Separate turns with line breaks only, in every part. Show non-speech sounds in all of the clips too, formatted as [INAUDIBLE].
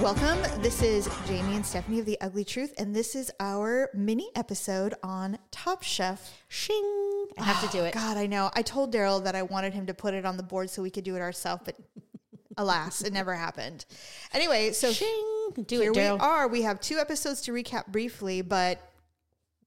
welcome. This is Jamie and Stephanie of The Ugly Truth, and this is our mini episode on Top Chef.
Shing. I have to do it.
God, I know. I told Daryl that I wanted him to put it on the board so we could do it ourselves, but alas, it never happened. Anyway, so
Shing. Do
here
it,
we
Daryl.
are. We have two episodes to recap briefly, but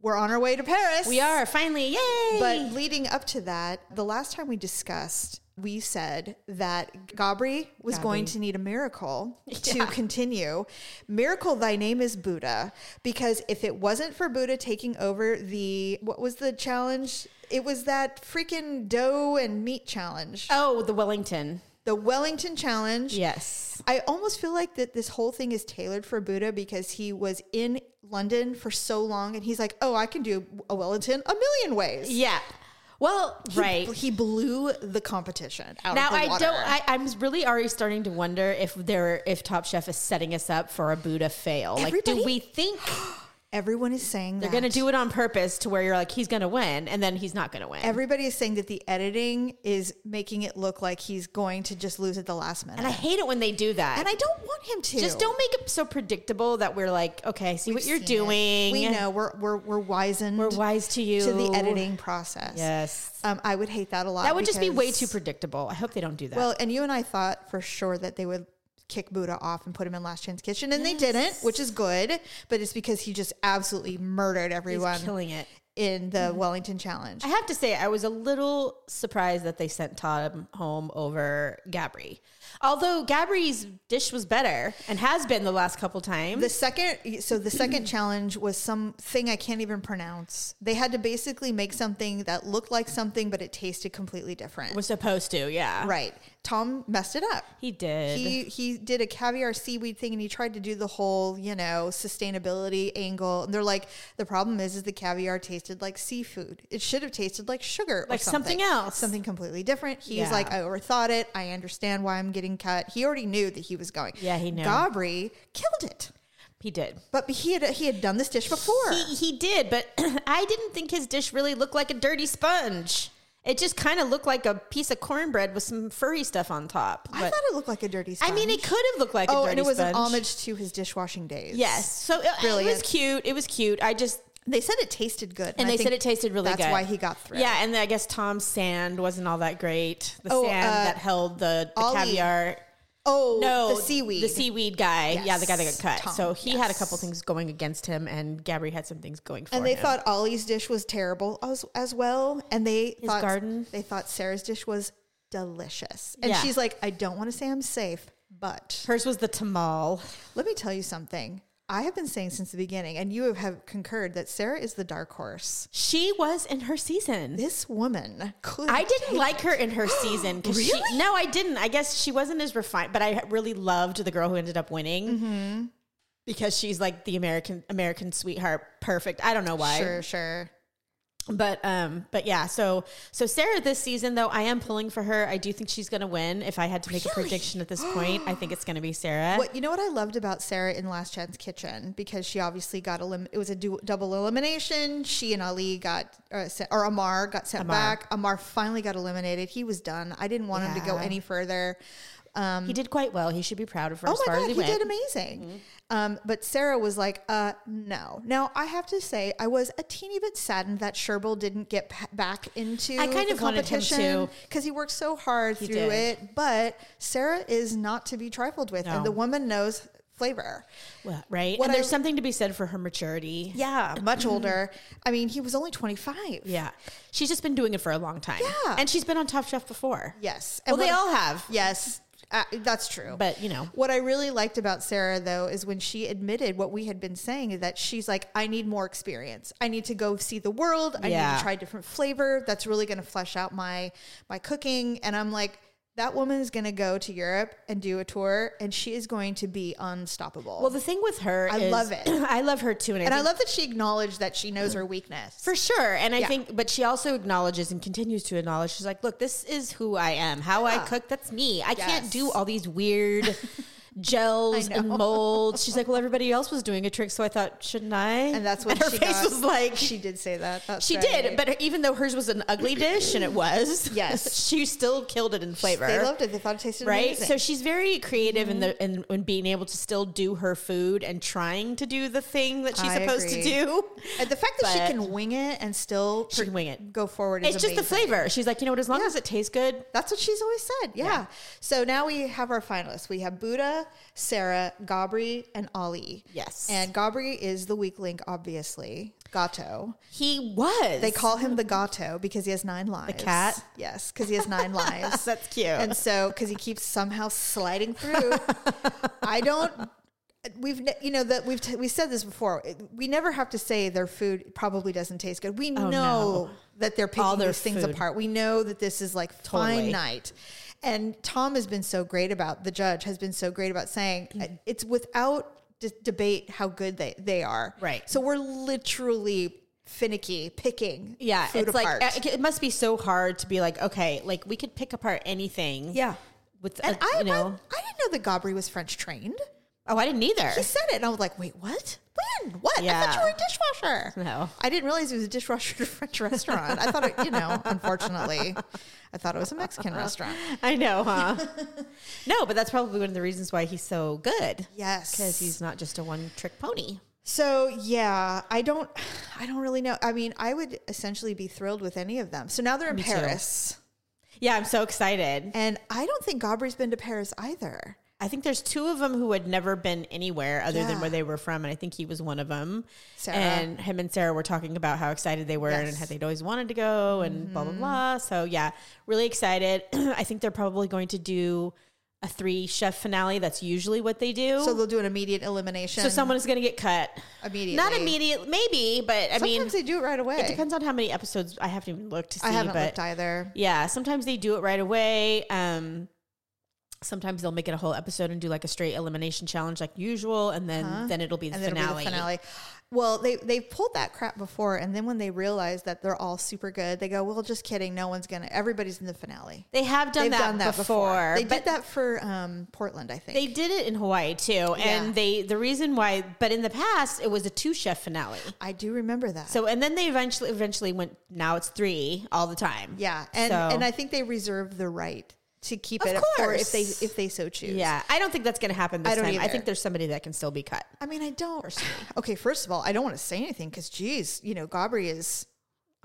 we're on our way to Paris.
We are finally. Yay.
But leading up to that, the last time we discussed, we said that Gabri was going to need a miracle to continue. Miracle, thy name is Buddha, because if it wasn't for Buddha taking over the what was the challenge? It was that freaking dough and meat challenge,
oh, the Wellington.
the Wellington challenge.
Yes.
I almost feel like that this whole thing is tailored for Buddha because he was in London for so long, and he's like, "Oh, I can do a Wellington a million ways."
Yeah. Well,
He-
right.
He blew the competition out
now
of the
I
water.
don't. I, I'm really already starting to wonder if there, if Top Chef is setting us up for a Buddha fail. Like, do
Everybody- [GASPS]
we think
Everyone is saying
they're going to do it on purpose to where you're like, he's going to win, and then he's not going to win?
Everybody is saying that the editing is making it look like he's going to just lose at the last minute,
and I hate it when they do that.
And I don't want him to.
just don't make it so predictable that we're like, okay, I see what
We've
you're
seen it.
doing.
We know we're we're we're wizened.
We're wise to you.
to the editing process.
Yes.
Um, I would hate that a lot.
That would just be way
because-
too predictable. I hope they don't do that.
Well, and you and I thought for sure that they would kick Buddha off and put him in Last Chance Kitchen, and they didn't, which is good. But it's because he just absolutely murdered everyone
killing Mm-hmm. it.
in the Wellington Challenge.
I have to say, I was a little surprised that they sent Todd home over Gabri. Although Gabri's dish was better and has been the last couple times.
The second, so the
[CLEARS THROAT]
second challenge was something I can't even pronounce. They had to basically make something that looked like something, but it tasted completely different.
was supposed to, yeah.
right. Tom messed it up.
He did.
He he did a caviar seaweed thing and he tried to do the whole, you know, sustainability angle. And they're like, the problem is is the caviar tasted like seafood. It should have tasted like sugar or
Like
something.
something else.
Something completely different. He's
Yeah.
like, I overthought it. I understand why I'm getting cut. He already knew that he was going.
Yeah, he knew.
Gabri killed it.
he did.
But he had he had done this dish before.
He, he did, but [CLEARS THROAT] I didn't think his dish really looked like a dirty sponge. It just kind of looked like a piece of cornbread with some furry stuff on top.
I
But-
thought it looked like a dirty
I
sponge.
mean, it could have looked like a
Oh,
dirty
and it was an
sponge.
homage to his dishwashing days.
Yes. So uh, it, it was
Brilliant.
cute. It was cute. I just
They said it tasted good.
and
I
they
think
said it tasted really
that's
good.
why he got through.
Yeah, and I guess Tom's sand wasn't all that great. The
Oh,
sand
uh,
that held the, the
Ollie.
caviar.
Oh,
No,
the seaweed.
The seaweed guy. Yeah, the guy that
Yes,
got cut.
Tom,
so he had a
yes.
couple things going against him, and Gabri had some things going for
and they
him.
thought Ollie's dish was terrible as, as well. And they thought
garden.
They thought Sarah's dish was delicious. And
Yeah.
she's like, I don't want to say I'm safe, but
hers was the tamal.
let me tell you something. I have been saying since the beginning, and you have- have concurred that Sarah is the dark horse.
She was in her season.
This woman could.
I didn't like her in her season. 'cause She,
Really?
no, I didn't. I guess she wasn't as refined, but I really loved the girl who ended up winning
Mm-hmm.
because she's like the American American sweetheart, perfect. I don't know why,
Sure, sure.
but um, but yeah. So so Sarah this season though, I am pulling for her. I do think she's gonna win. If I had to make a prediction at [GASPS] this point, I think it's gonna be Sarah.
What you know what I loved about Sarah in Last Chance Kitchen because she obviously got elim- it was a du- double elimination. She and Ali got uh, se- or Amar got sent back. Amar finally got eliminated. He was done. I didn't want him to go
Yeah.
any further. Um,
he did quite well. He should be proud of her.
Oh
as
my
far
god,
as
he
he, went. Mm-hmm.
did amazing. Um, but Sarah was like, "Uh, no." Now I have to say, I was a teeny bit saddened that Sherbel didn't get pa- back into
I kind
the
of wanted him
competition
to.
because he worked so hard through
did.
it. But Sarah is not to be trifled with,
No.
and the woman knows flavor.
Well, right.
What
and
I-
there's something to be said for her maturity.
Yeah, much older. I mean, he was only 25.
Yeah. She's just been doing it for a long time.
Yeah.
And she's been on Top Chef before.
Yes.
Well, they
what-
all have.
Yes, uh, that's true.
But, you know.
what I really liked about Sarah, though, is when she admitted what we had been saying is that she's like, I need more experience. I need to go see the world. I need
Yeah.
to try different flavor. That's really going to flesh out my my cooking. And I'm like, that woman is going to go to Europe and do a tour, and she is going to be unstoppable.
Well, the thing with her,
I
is-
love it.
[CLEARS THROAT] I love her too, and,
and
I,
I
think-
love that she acknowledged that she knows her weakness.
for sure. And I
Yeah.
think, but she also acknowledges and continues to acknowledge. She's like, "Look, this is who I am. How I cook, that's me. I can't
Yes. [LAUGHS]
do all these weird." gels and molds. She's like, well, everybody else was doing a trick, so I thought, shouldn't I?
And that's what
her
she
face
got.
was like.
She did say that. That's
She
right.
did, but her- even though hers was an ugly dish, and it was,
Yes.
[LAUGHS] she still killed it in flavor.
they loved it. They thought it tasted
right?
amazing. Mm-hmm.
So she's very creative in the in, in being able to still do her food and trying to do the thing that she's
I
supposed
agree.
to do.
and the fact that
but-
she can wing it and still
She can wing it.
go forward is
It's just the
amazing.
flavor. She's like, you know what? As long as it tastes good,
That's what she's always said. Yeah. So now we have our finalists. We have Buddha, Sarah, Gabri, and Ali.
Yes.
And Gabri is the weak link, obviously. Gato.
he was.
They call him the Gato because he has nine lives. The
cat?
Yes, because he has nine lives.
That's cute.
And so, because he keeps somehow sliding
[LAUGHS]
through, I don't. We've ne- you know that we've t- we said this before. It- We never have to say their food probably doesn't taste good. We know
Oh, no.
that they're picking
All their
these things
food.
apart. We know that this is like
Totally.
fine night. And Tom has been so great about the judge has been so great about saying
Mm-hmm.
uh, it's without d- debate how good they they are.
Right.
So we're literally finicky picking.
yeah,
food
it's
apart.
like uh, it, it must be so hard to be like, okay, like we could pick apart anything.
yeah.
with
And
a,
I,
you know.
I I didn't know that Gabri was French trained.
oh, I didn't either.
He said it, and I was like, "Wait, what? When? What? I thought
Yeah.
you were a dishwasher."
[LAUGHS] No.
I didn't realize it was a dishwasher at a French restaurant. I thought, it, you
[LAUGHS]
know, unfortunately, I thought it was a Mexican restaurant.
[LAUGHS] I
[LAUGHS]
know, huh? no, but that's probably one of the reasons why he's so good.
Yes,
Because he's not just a one trick pony.
So yeah, I don't, I don't really know. I mean, I would essentially be thrilled with any of them. So now they're in
too.
Paris,
Yeah, I'm so excited.
and I don't think Gabri's been to Paris either.
I think there's two of them who had never been anywhere other than
Yeah.
where they were from, and I think he was one of them.
Sarah.
And him and Sarah were talking about how excited they were and
Yes. Mm-hmm.
how they'd always wanted to go and blah blah blah. So yeah, really excited. [CLEARS THROAT] I think they're probably going to do a three chef finale. That's usually what they do.
So they'll do an immediate elimination.
so someone is going to get cut.
immediately,
Not immediate, maybe, but I mean,
Sometimes they do it right away.
it depends on how many episodes. I haven't even looked to see,
I haven't
but
looked either.
yeah, sometimes they do it right away. Um, sometimes they'll make it a whole episode and do like a straight elimination challenge like usual, and then then it'll be the,
Uh-huh. and then it'll
finale.
be the finale. Well, they they pulled that crap before, and then when they realized that they're all super good, they go, "Well, just kidding. No one's gonna. Everybody's in the finale.
They have done,
They've
that,
done that before.
before.
They
but
did that for um, Portland, I think.
They did it in Hawaii too,
Yeah.
and they the reason why. But in the past, it was a two chef finale.
I do remember that.
So and then they eventually eventually went. Now it's three all the time.
yeah, and
So-
and I think they reserve the right to keep
Of
it for if they
course.
if they so choose.
yeah. I don't think that's going to happen this
I don't
time. I
either.
think there's somebody that can still be cut.
I mean, I don't. [SIGHS] Okay, first of all, I don't want to say anything because, geez, you know, Gabri is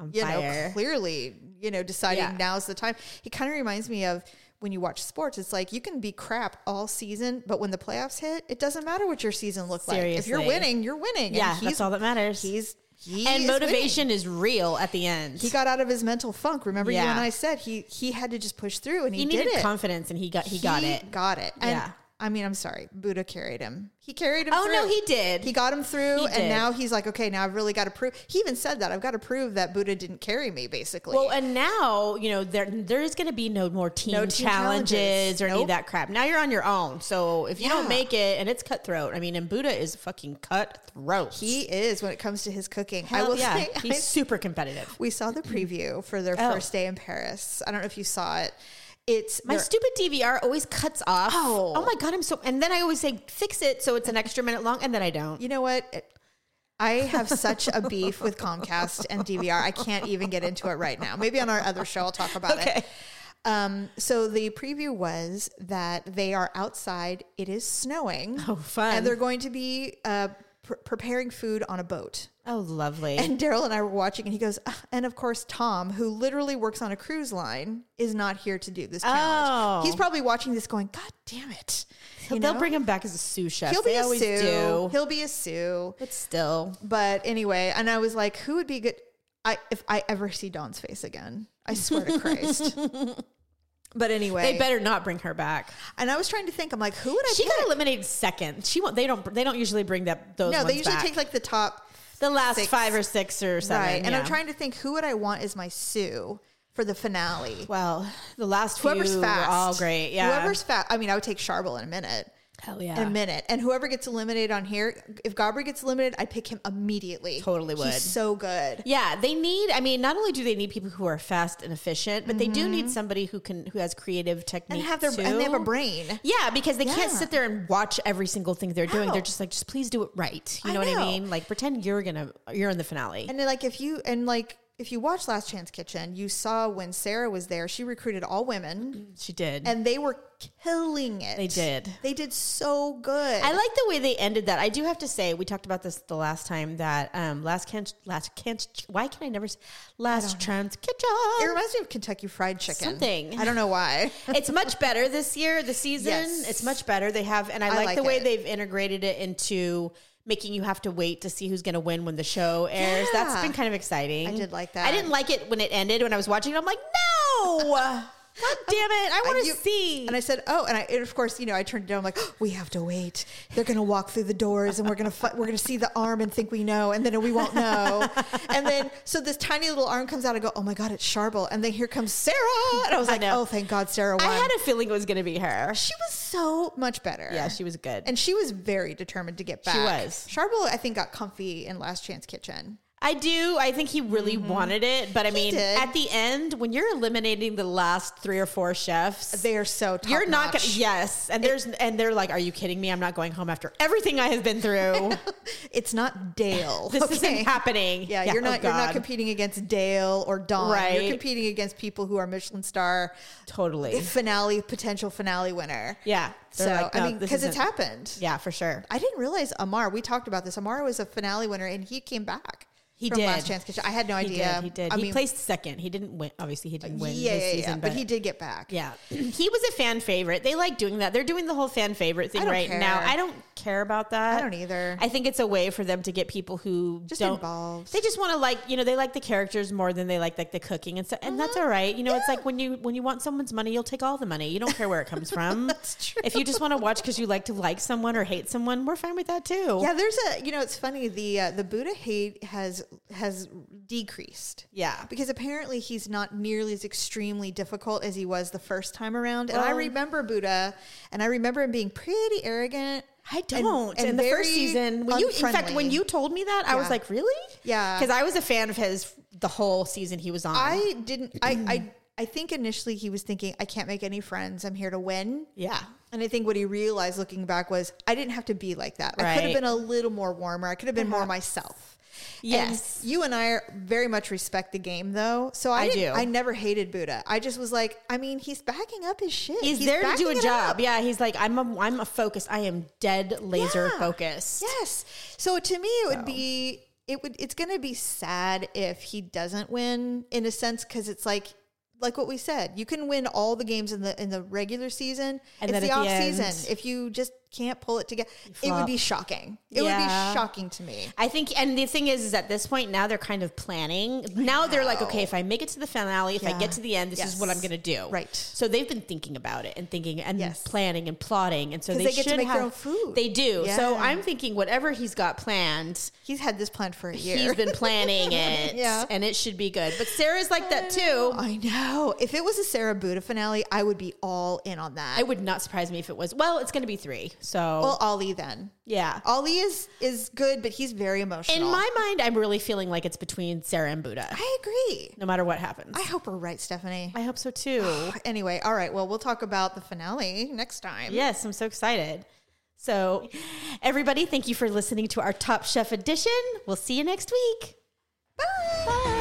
On
you
fire.
know, clearly, you know, deciding
Yeah.
now's the time. He kind of reminds me of when you watch sports. It's like you can be crap all season, but when the playoffs hit, it doesn't matter what your season looked like. If you're
Seriously.
winning, you're winning. And
yeah,
he's,
that's all that matters.
He's he
and
is winning.
motivation is real at the end.
He got out of his mental funk. Remember, you
Yeah.
and I said he he had to just push through, and he,
he
did
needed
it.
confidence, and he got he, got it.
Got it. And
Yeah.
I mean, I'm sorry. Buddha carried him. He carried him.
Oh, no,
through.
he did.
He got him through,
He
and
did.
now he's like, okay, now I've really got to prove. He even said that I've got to prove that Buddha didn't carry me, basically.
Well, and now you know there there is going to be no more team,
No team
challenges,
challenges.
or any
Nope.
of that crap. Now you're on your own. So if you
Yeah.
don't make it, and it's cutthroat. I mean, and Buddha is fucking cutthroat.
He is when it comes to his cooking. I
Hell
will
yeah,
say, I-
he's super competitive.
we saw the preview for their
Oh.
first day in Paris. I don't know if you saw it. It's
My
they're-
stupid DVR always cuts off.
Oh.
my god, I'm so. And then I always say fix it so it's an extra minute long, and then I don't.
you know what? It- I have such a beef with Comcast and DVR. I can't even get into it right now. Maybe on our other show, I'll talk about it.
[LAUGHS] Okay.
Um, so the preview was that they are outside. It is snowing.
Oh, fun.
And they're going to be uh, pr- preparing food on a boat.
Oh, lovely.
And Daryl and I were watching, and he goes, "Ah," and of course Tom, who literally works on a cruise line, is not here to do this challenge.
Oh.
He's probably watching this, going, "God damn it!" You
They'll
know?
bring him back as a sous chef.
He'll be
they
a
always
Sue.
do.
He'll be a Sue.
But still,
But anyway, and I was like, "Who would be good?" I if I ever see Dawn's face again, I swear to
[LAUGHS]
Christ. But anyway,
they better not bring her back.
and I was trying to think. I'm like, who would I?
She
pick?
got eliminated second. She won't. They don't. They don't usually bring that. Those.
no,
ones
they usually
back.
take like the top
the last
six.
five or six or seven.
right. And I'm
yeah.
trying to think who would I want as my Sue for the finale.
Well, the last
Whoever's
few were
fast,
all great. Yeah.
Whoever's fast. I mean, I would take Charbel in a minute.
Hell yeah.
a minute. And whoever gets eliminated on here, if Gabri gets eliminated, I pick him immediately.
Totally would.
He's so good.
yeah, they need. I mean, not only do they need people who are fast and efficient, but they do need somebody who can who has creative
Mm-hmm.
technique
And have their
too.
and they have a brain.
Yeah, because they can't
Yeah.
sit there and watch every single thing they're doing.
No.
They're just like, just please do it right. You
I
know, what I
know.
mean? Like, pretend you're gonna you're in the finale.
And then, like if you and like if you watch Last Chance Kitchen, you saw when Sarah was there, she recruited all women
she did.
and they were killing it.
Mm-hmm. They did.
They did so good.
I like the way they ended that. I do have to say, we talked about this the last time that um, last can last can why can I never s- last chance
it
kitchen.
reminds me of Kentucky Fried Chicken.
Something.
I don't know why.
It's much better this year, the season.
Yes.
It's much better. They have, and I, like,
like
the way
it.
they've integrated it into making you have to wait to see who's going to win when the show airs. That's
Yeah.
been kind of exciting.
I did like
I
that.
didn't like it when it ended. When I was watching, it, I'm like, no,
[LAUGHS]
god damn it, I want
you-
to see.
And I said, "Oh," and I, and of course, you know, I turned it down. I'm like, "Oh, "We have to wait. They're going to walk through the doors, and we're going to fi- we're going to see the arm and think we know, and then we won't
[LAUGHS]
know." and then, so this tiny little arm comes out. I go, "Oh my god, it's Charbel!" And then here comes Sarah, and I was
I
like,
know.
"Oh, thank God, Sarah won."
I had a feeling it was going to be her.
she was so much better.
Yeah, she was good.
and she was very determined to get back.
was.
Charbel, I think, got comfy in Last Chance Kitchen.
I do. I think he really wanted it, but I mean,
Mm-hmm. did.
at the end, when you're eliminating the last three or four chefs,
They are so top
you're not gonna.
notch.
Yes, and there's and they're like, "Are you kidding me? I'm not going home after everything I have been
[LAUGHS]
through.
It's not Dale.
[LAUGHS] this
okay?
isn't happening."
Yeah, you're
oh
not you're not
God.
competing against Dale or Don.
Right.
You're competing against people who are Michelin star
totally.
finale potential finale winner.
yeah.
So
They're like,
I
"No,
mean,
this
because it's
isn't-"
happened.
Yeah, for sure.
I didn't realize Amar. We talked about this. Amar was a finale winner, and he came back.
He
from
did.
Last Chance Kitchen. I had no
He
idea.
did. He did.
I
he
mean,
placed second. He didn't win. Obviously, he didn't win
yeah,
this
yeah,
season,
yeah. But, he did get back.
Yeah. [CLEARS THROAT] he was a fan favorite. They like doing that. They're doing the whole fan favorite thing
I don't
right
care.
now. I don't care about that.
I don't either.
I think it's a way for them to get people who
Just
don't
involved.
They just want to like, you know, they like the characters more than they like like the cooking and stuff. And that's
Uh-huh.
all right. You know, it's like when you when you want someone's money, you'll take all the money. You don't care where
[LAUGHS]
it comes from.
That's true.
If you just want to watch because you like to like someone or hate someone, we're fine with that too.
Yeah, there's a you know it's funny the uh, the Buddha hate has has decreased.
Yeah.
because apparently he's not nearly as extremely difficult as he was the first time around. and I
Well-
remember Buddha, and I remember him being pretty arrogant.
I don't.
and
in the first
very
season, when you, in fact, when
unfriendly.
you told me that, I was
Yeah.
like, really?
Yeah.
Because I was a fan of his the whole season he was on.
I didn't. I I I think initially he was thinking, I can't make any friends. I'm here to win.
yeah.
And I think what he realized looking back was, I didn't have to be like that. I could
Right. Uh-huh.
have been a little more warmer. I could have been more myself. And
Yes.
you and I are very much respect the game, though. So I,
I
didn't-
do.
I never hated Buddha. I just was like, I mean, he's backing up his shit.
He's, there to do
backing
a
it
job.
up.
Yeah, he's like I'm a I'm a focus. I am dead laser
Yeah.
focused.
Yes. So to me, it would be it would it's going to be sad if he doesn't win in a sense because it's like like what we said, you can win all the games in the in the regular season.
And
it's
then
the
at
off
the
season.
end-
If you just can't pull it together, it
flop.
would be shocking. It
Yeah.
would be shocking to me.
I think, and the thing is, is at this point now they're kind of planning. Now they're like, okay, if I make it to the finale, if I
Yeah.
get to the end, this is what I'm
Yes.
going to do.
Right.
So they've been thinking about it and thinking and
Yes.
planning and plotting, and so
'Cause
they,
they get to
should
make
have,
their own food.
They do. So
Yeah.
I'm thinking whatever he's got planned,
He's had this planned for a year.
[LAUGHS] he's
[LAUGHS]
been planning it,
Yeah.
and it should be good. But Sarah's like that too.
I know. If it was a Sarah Buddha finale, I would be all in on that.
It would not surprise me if it was. Well, it's going to be three. So
well, Ollie then.
yeah.
Ollie is is good, but he's very emotional.
In my mind, I'm really feeling like it's between Sarah and Buddha,
I agree.
no matter what happens.
I hope we're right, Stephanie.
I hope so [SIGHS] too.
Anyway, all right. Well, we'll talk about the finale next time.
Yes, I'm so excited. So, everybody, thank you for listening to our Top Chef edition. We'll see you next week. Bye.